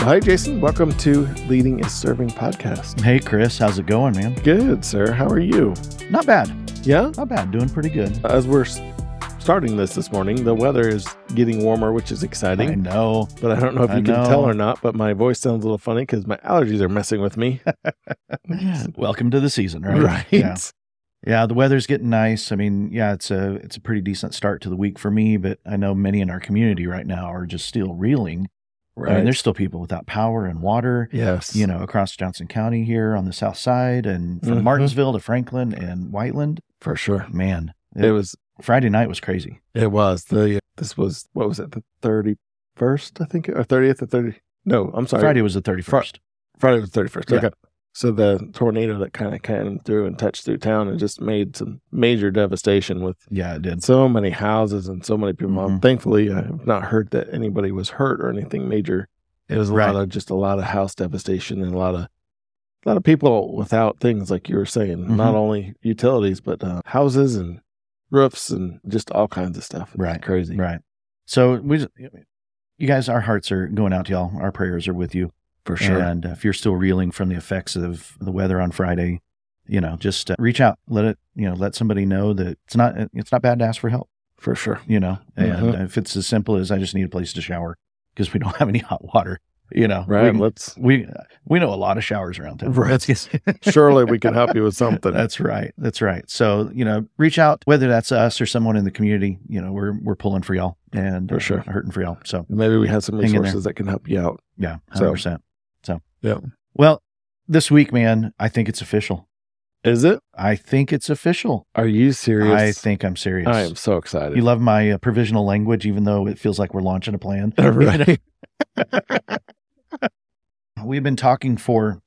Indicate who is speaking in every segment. Speaker 1: Hi, Jason. Welcome to Leading is Serving podcast.
Speaker 2: Hey, Chris, how's it going, man?
Speaker 1: Good, sir. How are you?
Speaker 2: Not bad.
Speaker 1: Yeah?
Speaker 2: Not bad. Doing pretty good.
Speaker 1: As we're s- starting this this morning, the weather is getting warmer, which is
Speaker 2: I
Speaker 1: exciting.
Speaker 2: know.
Speaker 1: But I don't know if you
Speaker 2: I
Speaker 1: can tell
Speaker 2: know.
Speaker 1: or not, but my voice sounds a little funny because my allergies are messing with me.
Speaker 2: Welcome to the season, right? Yeah. Yeah, the weather's getting nice. I mean, yeah, it's a it's a pretty decent start to the week for me, but I know many in our community right now are just still reeling. I mean,
Speaker 1: Right.
Speaker 2: there's still people without power and water,
Speaker 1: yes.
Speaker 2: you know, across Johnson County here on the south side and from
Speaker 1: Mhm.
Speaker 2: Martinsville to Franklin and Whiteland.
Speaker 1: for sure.
Speaker 2: Man,
Speaker 1: It was,
Speaker 2: Friday night was crazy.
Speaker 1: it was the, this was, what was it, the 31st, I think, or 30th or 30. No, I'm sorry.
Speaker 2: Friday was the 31st.
Speaker 1: Friday was the 31st.
Speaker 2: Yeah.
Speaker 1: Okay. So the tornado that kind of came through and touched through town and just made some major devastation with
Speaker 2: Yeah, it did.
Speaker 1: so many houses and so many people. Um,
Speaker 2: Mhm.
Speaker 1: Thankfully, I have not heard that anybody was hurt or anything major. It was a lot
Speaker 2: Right.
Speaker 1: of just a lot of house devastation and a lot of a lot of people without things like you were saying. Not
Speaker 2: Mhm.
Speaker 1: only utilities, but uh, houses and roofs and just all kinds of stuff. It's
Speaker 2: Right.
Speaker 1: Crazy.
Speaker 2: Right. So we, just- you guys, our hearts are going out to y'all. Our prayers are with you.
Speaker 1: For sure.
Speaker 2: And if you're still reeling from the effects of the weather on Friday, you know, just uh, reach out. Let it, you know, let somebody know that it's not it's not bad to ask for help.
Speaker 1: For sure.
Speaker 2: You know, and
Speaker 1: Mhm.
Speaker 2: if it's as simple as I just need a place to shower because we don't have any hot water. You know,
Speaker 1: Right.
Speaker 2: We,
Speaker 1: Let's
Speaker 2: we we know a lot of showers around town.
Speaker 1: Right.
Speaker 2: Let's get-
Speaker 1: surely we can help you with something.
Speaker 2: That's right. That's right. So, you know, reach out, whether that's us or someone in the community, you know, we're, we're pulling for y'all and uh,
Speaker 1: For sure.
Speaker 2: hurting for y'all. So
Speaker 1: Maybe we have some
Speaker 2: Hang in there.
Speaker 1: resources that can help you out.
Speaker 2: Yeah, hundred
Speaker 1: So-
Speaker 2: percent. So
Speaker 1: Yeah.
Speaker 2: Well, this week, man, I think it's official.
Speaker 1: Is it?
Speaker 2: I think it's official.
Speaker 1: Are you serious?
Speaker 2: I think I'm serious.
Speaker 1: I am so excited.
Speaker 2: you love my uh, provisional language, even though it feels like we're launching a plan.
Speaker 1: right.
Speaker 2: We've been talking for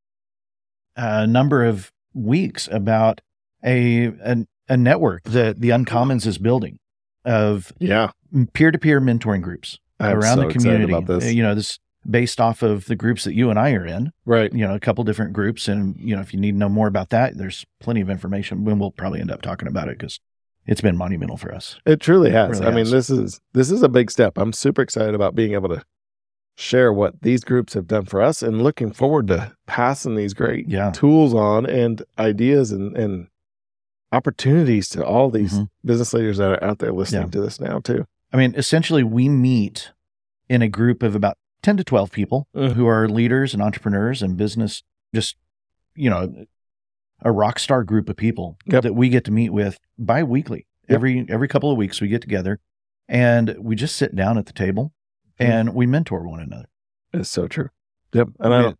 Speaker 2: a number of weeks about a an, a network that the Uncommons is building of
Speaker 1: yeah.
Speaker 2: peer-to-peer mentoring groups
Speaker 1: I'm
Speaker 2: around
Speaker 1: so
Speaker 2: the
Speaker 1: excited
Speaker 2: community.
Speaker 1: about this.
Speaker 2: Uh, You know, this based off of the groups that you and I are in.
Speaker 1: Right.
Speaker 2: you know a couple different groups and you know if you need to know more about that there's plenty of information and we'll probably end up talking about it because it's been monumental for us
Speaker 1: It truly has.
Speaker 2: Really
Speaker 1: I mean,
Speaker 2: has.
Speaker 1: this is this is a big step. I'm super excited about being able to share what these groups have done for us and looking forward to passing these great
Speaker 2: yeah
Speaker 1: tools on and ideas and and opportunities to all these
Speaker 2: Mhm.
Speaker 1: business leaders that are out there listening
Speaker 2: Yeah.
Speaker 1: to this now too.
Speaker 2: i mean essentially we meet in a group of about 10 to 12 people
Speaker 1: Mhm.
Speaker 2: who are leaders and entrepreneurs and business just you know a rock star group of people
Speaker 1: Yep.
Speaker 2: that we get to meet with bi-weekly
Speaker 1: Yep.
Speaker 2: every every couple of weeks we get together and we just sit down at the table
Speaker 1: Mhm.
Speaker 2: and we mentor one another
Speaker 1: It's so true. Yep. And I
Speaker 2: Yeah.
Speaker 1: don't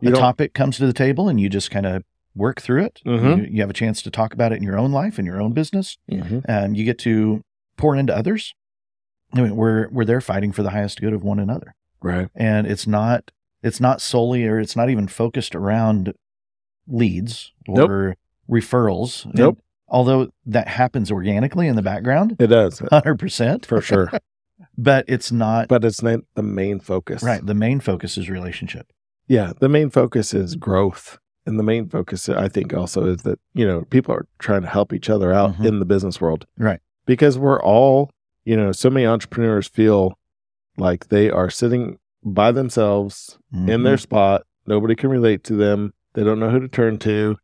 Speaker 1: you
Speaker 2: a
Speaker 1: don't
Speaker 2: topic comes to the table and you just kind of work through it.
Speaker 1: Mhm.
Speaker 2: You, you have a chance to talk about it in your own life, in your own business.
Speaker 1: Mhm.
Speaker 2: Um, you get to pour into others. I mean, we're we're there fighting for the highest good of one another,
Speaker 1: right.
Speaker 2: and it's not it's not solely or it's not even focused around leads
Speaker 1: Nope.
Speaker 2: or referrals. And
Speaker 1: Nope.
Speaker 2: although that happens organically in the background,
Speaker 1: It does.
Speaker 2: hundred percent.
Speaker 1: For sure.
Speaker 2: But it's not
Speaker 1: but it's not the main focus.
Speaker 2: right. The main focus is relationship.
Speaker 1: Yeah. The main focus is growth. And the main focus, I think, also is that, you know, people are trying to help each other out
Speaker 2: Mhm.
Speaker 1: in the business world.
Speaker 2: Right.
Speaker 1: Because we're all, you know, so many entrepreneurs feel like they are sitting by themselves
Speaker 2: Mm-hmm.
Speaker 1: in their spot. Nobody can relate to them. They don't know who to turn to.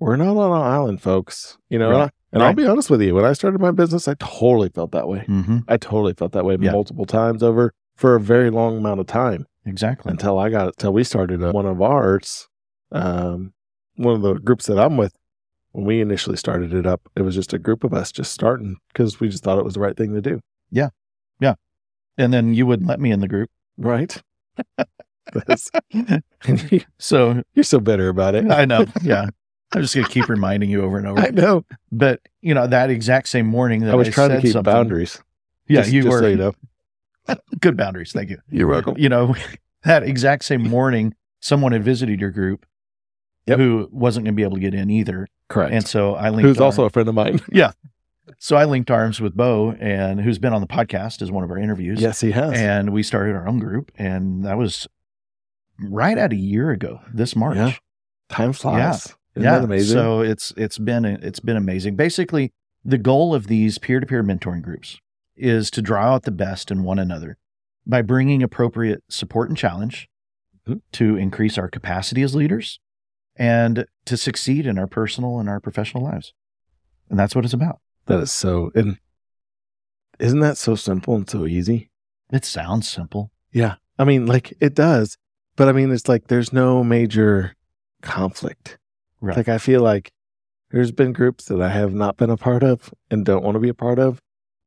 Speaker 1: We're not on an island, folks. You know, and, I,
Speaker 2: Right.
Speaker 1: and I'll
Speaker 2: Right.
Speaker 1: be honest with you. When I started my business, I totally felt that way.
Speaker 2: hmm
Speaker 1: I totally felt that way
Speaker 2: Yeah.
Speaker 1: multiple times over for a very long amount of time
Speaker 2: Exactly.
Speaker 1: until I got until we started uh, one of ours, um, one of the groups that I'm with. When we initially started it up, it was just a group of us just starting because we just thought it was the right thing to do.
Speaker 2: And then you wouldn't let me in the group.
Speaker 1: Right. That's- and you-
Speaker 2: So
Speaker 1: You're so bitter about it.
Speaker 2: I know. Yeah. I'm just going to keep reminding you over and
Speaker 1: I
Speaker 2: over.
Speaker 1: know.
Speaker 2: But, you know, that exact same morning that
Speaker 1: I was trying to
Speaker 2: said
Speaker 1: keep
Speaker 2: something-
Speaker 1: boundaries.
Speaker 2: Yeah,
Speaker 1: just,
Speaker 2: you
Speaker 1: just
Speaker 2: were
Speaker 1: So you know.
Speaker 2: good boundaries. Thank you.
Speaker 1: You're welcome.
Speaker 2: You know, that exact same morning, someone had visited your group
Speaker 1: Yep.
Speaker 2: who wasn't going to be able to get in either.
Speaker 1: Correct.
Speaker 2: And so I linked
Speaker 1: Who's
Speaker 2: ar-
Speaker 1: also a friend of mine.
Speaker 2: so I linked arms with Bo and who's been on the podcast as one of our interviews.
Speaker 1: yes, he has.
Speaker 2: And we started our own group and that was right at a year ago this March.
Speaker 1: Yeah. Time flies. Isn't that amazing?
Speaker 2: So it's it's been it's been amazing. Basically, the goal of these peer-to-peer mentoring groups is to draw out the best in one another by bringing appropriate support and challenge
Speaker 1: Mhm.
Speaker 2: to increase our capacity as leaders and to succeed in our personal and our professional lives. And that's what it's about.
Speaker 1: That is so, and isn't that so simple and so easy?
Speaker 2: It sounds simple.
Speaker 1: Yeah. I mean, like it does, but I mean, it's like there's no major conflict.
Speaker 2: Right.
Speaker 1: Like I feel like there's been groups that I have not been a part of and don't want to be a part of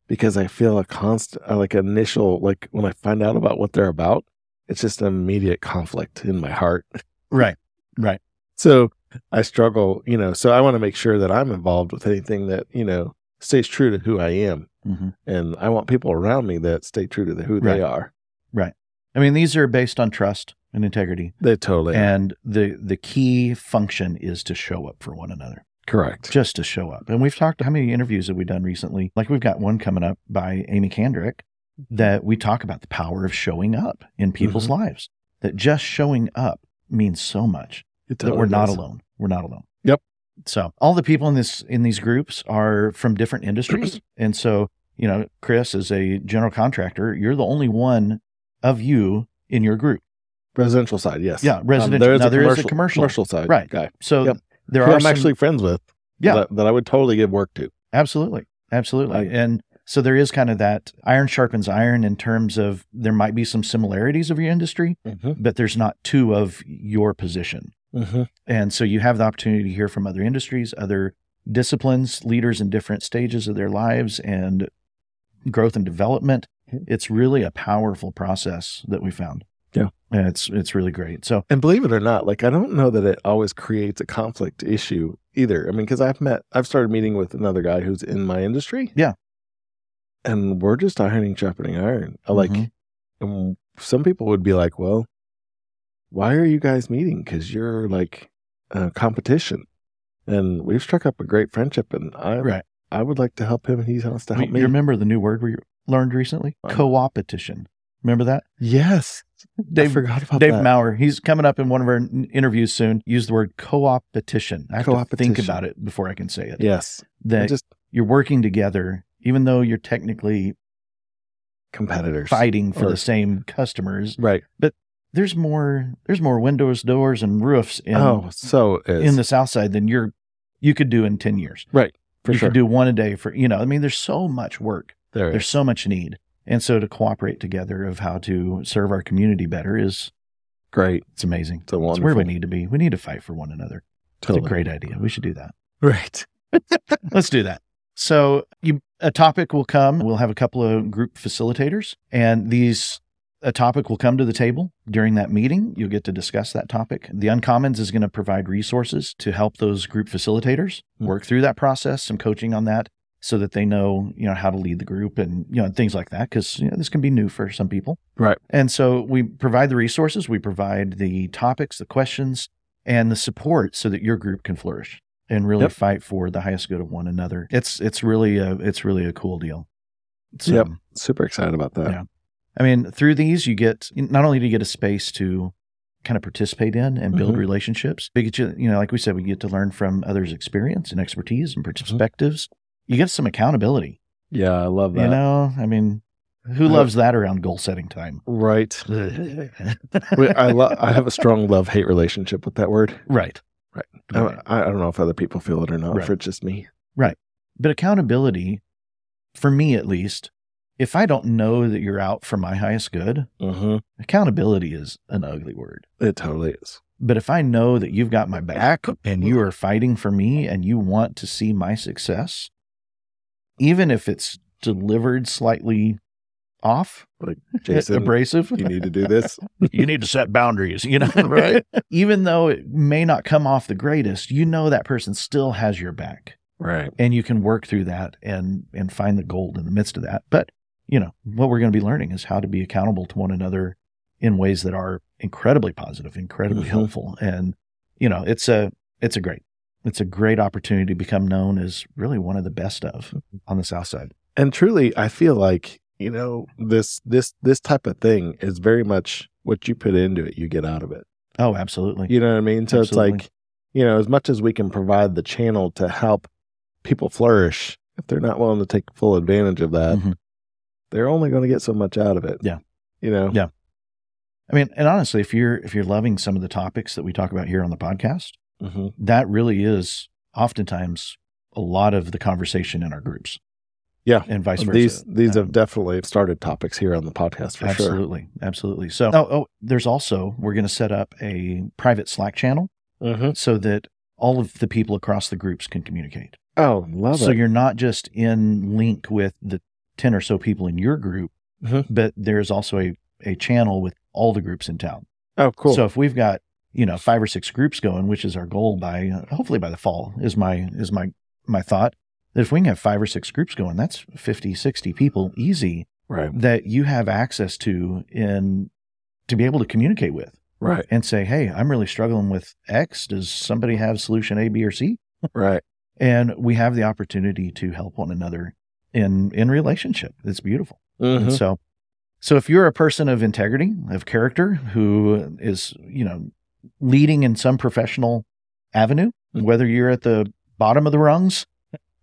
Speaker 1: because I feel a constant, like initial, like when I find out about what they're about, it's just an immediate conflict in my heart.
Speaker 2: right.
Speaker 1: So I struggle, you know, so I want to make sure that I'm involved with anything that, you know, stays true to who I am.
Speaker 2: hmm
Speaker 1: And I want people around me that stay true to the, who
Speaker 2: Right.
Speaker 1: they are.
Speaker 2: I mean, these are based on trust and integrity.
Speaker 1: They totally are.
Speaker 2: And the the key function is to show up for one another.
Speaker 1: Correct.
Speaker 2: just to show up. And we've talked how many interviews have we done recently? Like we've got one coming up by Amy Kandrick that we talk about the power of showing up in people's
Speaker 1: Mm-hmm.
Speaker 2: lives. That just showing up means so much.
Speaker 1: It
Speaker 2: that we're
Speaker 1: totally
Speaker 2: not
Speaker 1: does.
Speaker 2: alone. We're not alone.
Speaker 1: Yep.
Speaker 2: So all the people in this in these groups are from different industries. and so, you know, Chris is a general contractor. You're the only one of you in your group.
Speaker 1: Residential side, yes. Um,
Speaker 2: Yeah, residential.
Speaker 1: there is,
Speaker 2: Now,
Speaker 1: a,
Speaker 2: there
Speaker 1: commercial,
Speaker 2: is a commercial.
Speaker 1: commercial side
Speaker 2: Right.
Speaker 1: guy.
Speaker 2: So
Speaker 1: Yep.
Speaker 2: there
Speaker 1: who
Speaker 2: are
Speaker 1: I'm
Speaker 2: some-
Speaker 1: actually friends with.
Speaker 2: Yeah.
Speaker 1: That, that I would totally give work to.
Speaker 2: Absolutely. Absolutely.
Speaker 1: Like-
Speaker 2: and so there is kind of that iron sharpens iron in terms of there might be some similarities of your industry,
Speaker 1: Mm-hmm.
Speaker 2: but there's not two of your position.
Speaker 1: Mm-hmm.
Speaker 2: And so you have the opportunity to hear from other industries, other disciplines, leaders in different stages of their lives and growth and development. It's really a powerful process that we found.
Speaker 1: Yeah.
Speaker 2: And it's it's really great. So
Speaker 1: And believe it or not, like I don't know that it always creates a conflict issue either. I mean, because I've met, I've started meeting with another guy who's in my industry.
Speaker 2: Yeah.
Speaker 1: And we're just ironing, sharpening iron. I Like,
Speaker 2: Mhm.
Speaker 1: and some people would be like, well, why are you guys meeting? Because you're like uh, competition. And we've struck up a great friendship, and I
Speaker 2: Right.
Speaker 1: I would like to help him, and he wants to
Speaker 2: we-
Speaker 1: help
Speaker 2: you
Speaker 1: me.
Speaker 2: remember the new word we learned recently?
Speaker 1: Um,
Speaker 2: Co-opetition. Remember that?
Speaker 1: yes, I forgot about
Speaker 2: Dave
Speaker 1: that.
Speaker 2: Maurer, he's coming up in one of our n- interviews soon. Use the word co-opetition. I have to think
Speaker 1: Co-opetition.
Speaker 2: about it before I can say it.
Speaker 1: yes,
Speaker 2: That
Speaker 1: just
Speaker 2: you're working together, even though you're technically
Speaker 1: competitors
Speaker 2: fighting for
Speaker 1: Or-
Speaker 2: the same customers.
Speaker 1: right?
Speaker 2: There's more. There's more windows, doors, and roofs in
Speaker 1: oh, so it is
Speaker 2: in the South Side than you're you could do in ten years.
Speaker 1: for
Speaker 2: you
Speaker 1: sure.
Speaker 2: could do one a day for you know. I mean, there's so much work.
Speaker 1: there
Speaker 2: There's
Speaker 1: is.
Speaker 2: so much need, and so to cooperate together of how to serve our community better is
Speaker 1: great.
Speaker 2: it's amazing.
Speaker 1: It's a
Speaker 2: It's
Speaker 1: wonderful.
Speaker 2: where we need to be. We need to fight for one another. It's a
Speaker 1: totally.
Speaker 2: great idea. We should do that.
Speaker 1: Right.
Speaker 2: Let's do that. So you a topic will come. We'll have a couple of group facilitators and these a topic will come to the table during that meeting. You'll get to discuss that topic. The Uncommons is going to provide resources to help those group facilitators
Speaker 1: Mhm.
Speaker 2: work through that process, some coaching on that so that they know, you know, how to lead the group and, you know, things like that cuz you know, this can be new for some people.
Speaker 1: Right.
Speaker 2: And so we provide the resources, we provide the topics, the questions, and the support so that your group can flourish and really
Speaker 1: Yep.
Speaker 2: fight for the highest good of one another. It's it's really a it's really a cool deal. So,
Speaker 1: Yep. Super excited about that.
Speaker 2: Yeah. I mean, through these you get not only do you get a space to kind of participate in and build
Speaker 1: Mhm.
Speaker 2: relationships, but you get you, you know, like we said, we get to learn from others' experience and expertise and
Speaker 1: Mm-hmm.
Speaker 2: perspectives. You get some accountability.
Speaker 1: Yeah, I love that.
Speaker 2: You know, I mean, who
Speaker 1: I-
Speaker 2: loves that around goal setting time?
Speaker 1: Right. Wait, I lo- I have a strong love hate relationship with that word.
Speaker 2: Right.
Speaker 1: Right. I,
Speaker 2: Right.
Speaker 1: I don't know if other people feel it or not. If
Speaker 2: Right.
Speaker 1: it's just me.
Speaker 2: But accountability, for me at least, if I don't know that you're out for my highest good,
Speaker 1: Mm-hmm.
Speaker 2: accountability is an ugly word.
Speaker 1: It totally is.
Speaker 2: But if I know that you've got my back and you are fighting for me and you want to see my success, even if it's delivered slightly off,
Speaker 1: Jason,
Speaker 2: abrasive,
Speaker 1: you need to do this.
Speaker 2: you need to set boundaries, you know,
Speaker 1: Right.
Speaker 2: even though it may not come off the greatest, you know that person still has your back.
Speaker 1: right.
Speaker 2: and you can work through that and and find the gold in the midst of that but you know what we're going to be learning is how to be accountable to one another in ways that are incredibly positive incredibly
Speaker 1: Mhm.
Speaker 2: helpful and you know it's a it's a great it's a great opportunity to become known as really one of the best of
Speaker 1: Mm-hmm.
Speaker 2: on the south side
Speaker 1: and truly i feel like you know this this this type of thing is very much what you put into it you get out of it
Speaker 2: oh absolutely
Speaker 1: you know what i mean so
Speaker 2: Absolutely.
Speaker 1: it's like you know as much as we can provide the channel to help people flourish if they're not willing to take full advantage of that
Speaker 2: Mhm.
Speaker 1: they're only going to get so much out of it
Speaker 2: Yeah.
Speaker 1: you know
Speaker 2: Yeah. I mean, and honestly, if you're if you're loving some of the topics that we talk about here on the podcast,
Speaker 1: Mm-hmm.
Speaker 2: that really is oftentimes a lot of the conversation in our groups.
Speaker 1: Yeah.
Speaker 2: and vice versa.
Speaker 1: These these
Speaker 2: Um,
Speaker 1: have definitely started topics here on the podcast for sure.
Speaker 2: absolutely, absolutely. So, oh, oh, there's also we're going to set up a private Slack channel
Speaker 1: Mm-hmm.
Speaker 2: so that all of the people across the groups can communicate.
Speaker 1: Oh, love
Speaker 2: so
Speaker 1: it.
Speaker 2: you're not just in link with the ten or so people in your group,
Speaker 1: Mhm.
Speaker 2: but there's also a a channel with all the groups in town.
Speaker 1: Oh, cool.
Speaker 2: So if we've got you know five or six groups going, which is our goal by uh, hopefully by the fall is my is my my thought that if we can have five or six groups going, that's 50, 60 people easy
Speaker 1: right,
Speaker 2: that you have access to in to be able to communicate with
Speaker 1: right,
Speaker 2: and say, hey, I'm really struggling with X. Does somebody have solution A, B, or C?
Speaker 1: right.
Speaker 2: And we have the opportunity to help one another in in relationship. It's beautiful.
Speaker 1: Mhm.
Speaker 2: And so, so if you're a person of integrity, of character, who is, you know, leading in some professional avenue, whether you're at the bottom of the rungs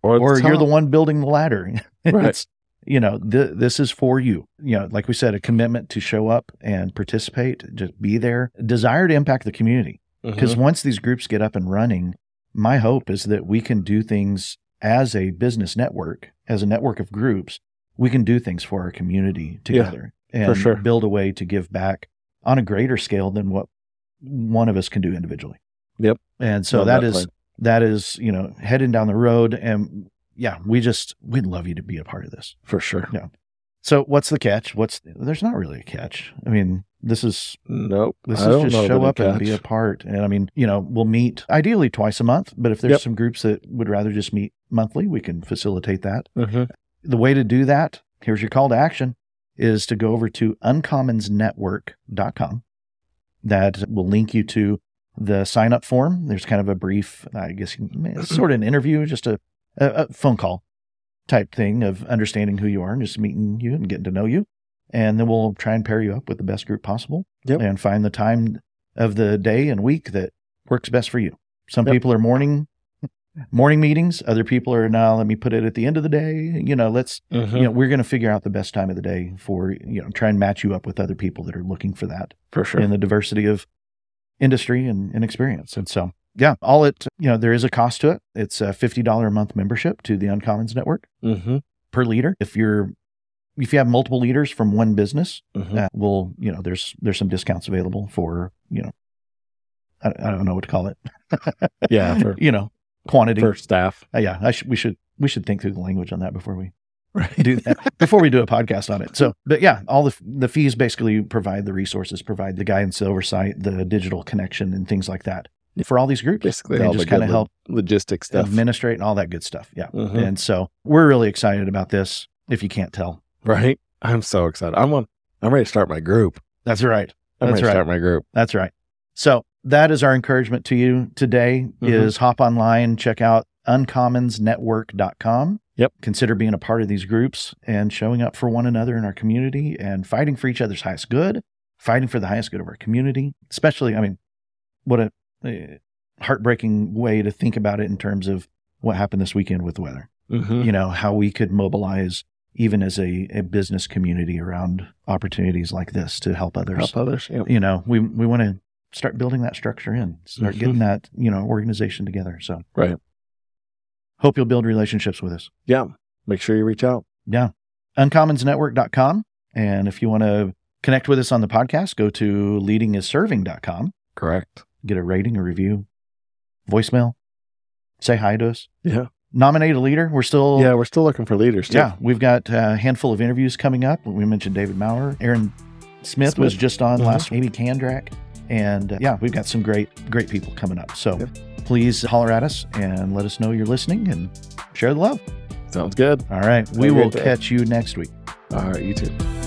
Speaker 1: Mm-hmm. Or,
Speaker 2: or you're the
Speaker 1: top.
Speaker 2: one building the ladder,
Speaker 1: Right.
Speaker 2: it's, you know, th- this is for you. You know, like we said, a commitment to show up and participate, just be there, desire to impact the community. Because
Speaker 1: Mhm.
Speaker 2: once these groups get up and running, my hope is that we can do things as a business network, as a network of groups, we can do things for our community together and
Speaker 1: sure.
Speaker 2: build a way to give back on a greater scale than what one of us can do individually.
Speaker 1: Yep.
Speaker 2: And so
Speaker 1: Love
Speaker 2: that is
Speaker 1: plan.
Speaker 2: that is, you know, heading down the road and yeah, we just we'd love you to be a part of this.
Speaker 1: for sure.
Speaker 2: Yeah. So what's the catch? What's there's not really a catch. I mean, this is
Speaker 1: Nope.
Speaker 2: this
Speaker 1: I
Speaker 2: is
Speaker 1: don't know
Speaker 2: just show
Speaker 1: that
Speaker 2: up and
Speaker 1: catch.
Speaker 2: be a part. And I mean, you know, we'll meet ideally twice a month, but if there's
Speaker 1: Yep.
Speaker 2: some groups that would rather just meet monthly, we can facilitate that.
Speaker 1: Mhm.
Speaker 2: The way to do that, here's your call to action, is to go over to uncommonsnetwork.com. That will link you to the sign up form. There's kind of a brief, I guess, it's sort of an interview, just a, a, a phone call type thing of understanding who you are and just meeting you and getting to know you. And then we'll try and pair you up with the best group possible
Speaker 1: Yep.
Speaker 2: and find the time of the day and week that works best for you. Some
Speaker 1: Yep.
Speaker 2: people are morning morning meetings, other people are now let me put it at the end of the day. You know, let's
Speaker 1: Mhm.
Speaker 2: you know, we're going to figure out the best time of the day for, you know, try and match you up with other people that are looking for that
Speaker 1: For sure.
Speaker 2: in the diversity of industry and, and experience. And so, yeah, all it, you know, there is a cost to it. It's a $50 a month membership to the Uncommons Network
Speaker 1: Mm-hmm.
Speaker 2: per leader. If you're, if you have multiple leaders from one business,
Speaker 1: Mm-hmm.
Speaker 2: uh, we'll, you know, there's, there's some discounts available for, you know, I, I don't know what to call it.
Speaker 1: Yeah, for,
Speaker 2: you know, quantity.
Speaker 1: for staff.
Speaker 2: Uh, yeah, I should, we should, we should think through the language on that before we do that before we do a podcast on it. So, but yeah, all the the fees basically provide the resources, provide the guidance, the oversight, the digital connection, and things like that for all these groups.
Speaker 1: Basically,
Speaker 2: They
Speaker 1: all
Speaker 2: just
Speaker 1: the
Speaker 2: kinda
Speaker 1: good
Speaker 2: help
Speaker 1: lo- logistics stuff.
Speaker 2: Administrate and all that good stuff. Yeah,
Speaker 1: Mhm.
Speaker 2: and so we're really excited about this. If you can't tell,
Speaker 1: Right? I'm so excited. I'm on. I'm ready to start my group.
Speaker 2: that's right.
Speaker 1: I'm
Speaker 2: That's
Speaker 1: ready
Speaker 2: right.
Speaker 1: to start my group.
Speaker 2: That's right. So that is our encouragement to you today
Speaker 1: Mhm.
Speaker 2: is hop online, check out uncommonsnetwork.com.
Speaker 1: Yep.
Speaker 2: Consider being a part of these groups and showing up for one another in our community and fighting for each other's highest good, fighting for the highest good of our community. Especially, I mean, what a eh, heartbreaking way to think about it in terms of what happened this weekend with the weather.
Speaker 1: Mm-hmm.
Speaker 2: You know, how we could mobilize even as a, a business community around opportunities like this to help others
Speaker 1: Help others. Yep.
Speaker 2: you know, we we want to start building that structure in, start
Speaker 1: Mhm.
Speaker 2: getting that you know organization together. So
Speaker 1: Right.
Speaker 2: Hope you'll build relationships with us.
Speaker 1: Make sure you reach out.
Speaker 2: Yeah. Uncommonsnetwork.com. And if you want to connect with us on the podcast, go to leadingisserving.com.
Speaker 1: Correct.
Speaker 2: Get a rating, a review, voicemail, say hi to us,
Speaker 1: Yeah.
Speaker 2: nominate a leader. We're still,
Speaker 1: Yeah, we're still looking for leaders. Too.
Speaker 2: yeah, we've got a handful of interviews coming up. We mentioned David Maurer, Aaron Smith, was
Speaker 1: Smith.
Speaker 2: just on
Speaker 1: Mhm.
Speaker 2: last, maybe Kandrak, and uh, yeah, we've got some great, great people coming up. So
Speaker 1: Yep.
Speaker 2: please holler at us and let us know you're listening and share the love.
Speaker 1: Sounds good.
Speaker 2: All right, we
Speaker 1: Have a
Speaker 2: will
Speaker 1: great day.
Speaker 2: catch you next week.
Speaker 1: All right. You too.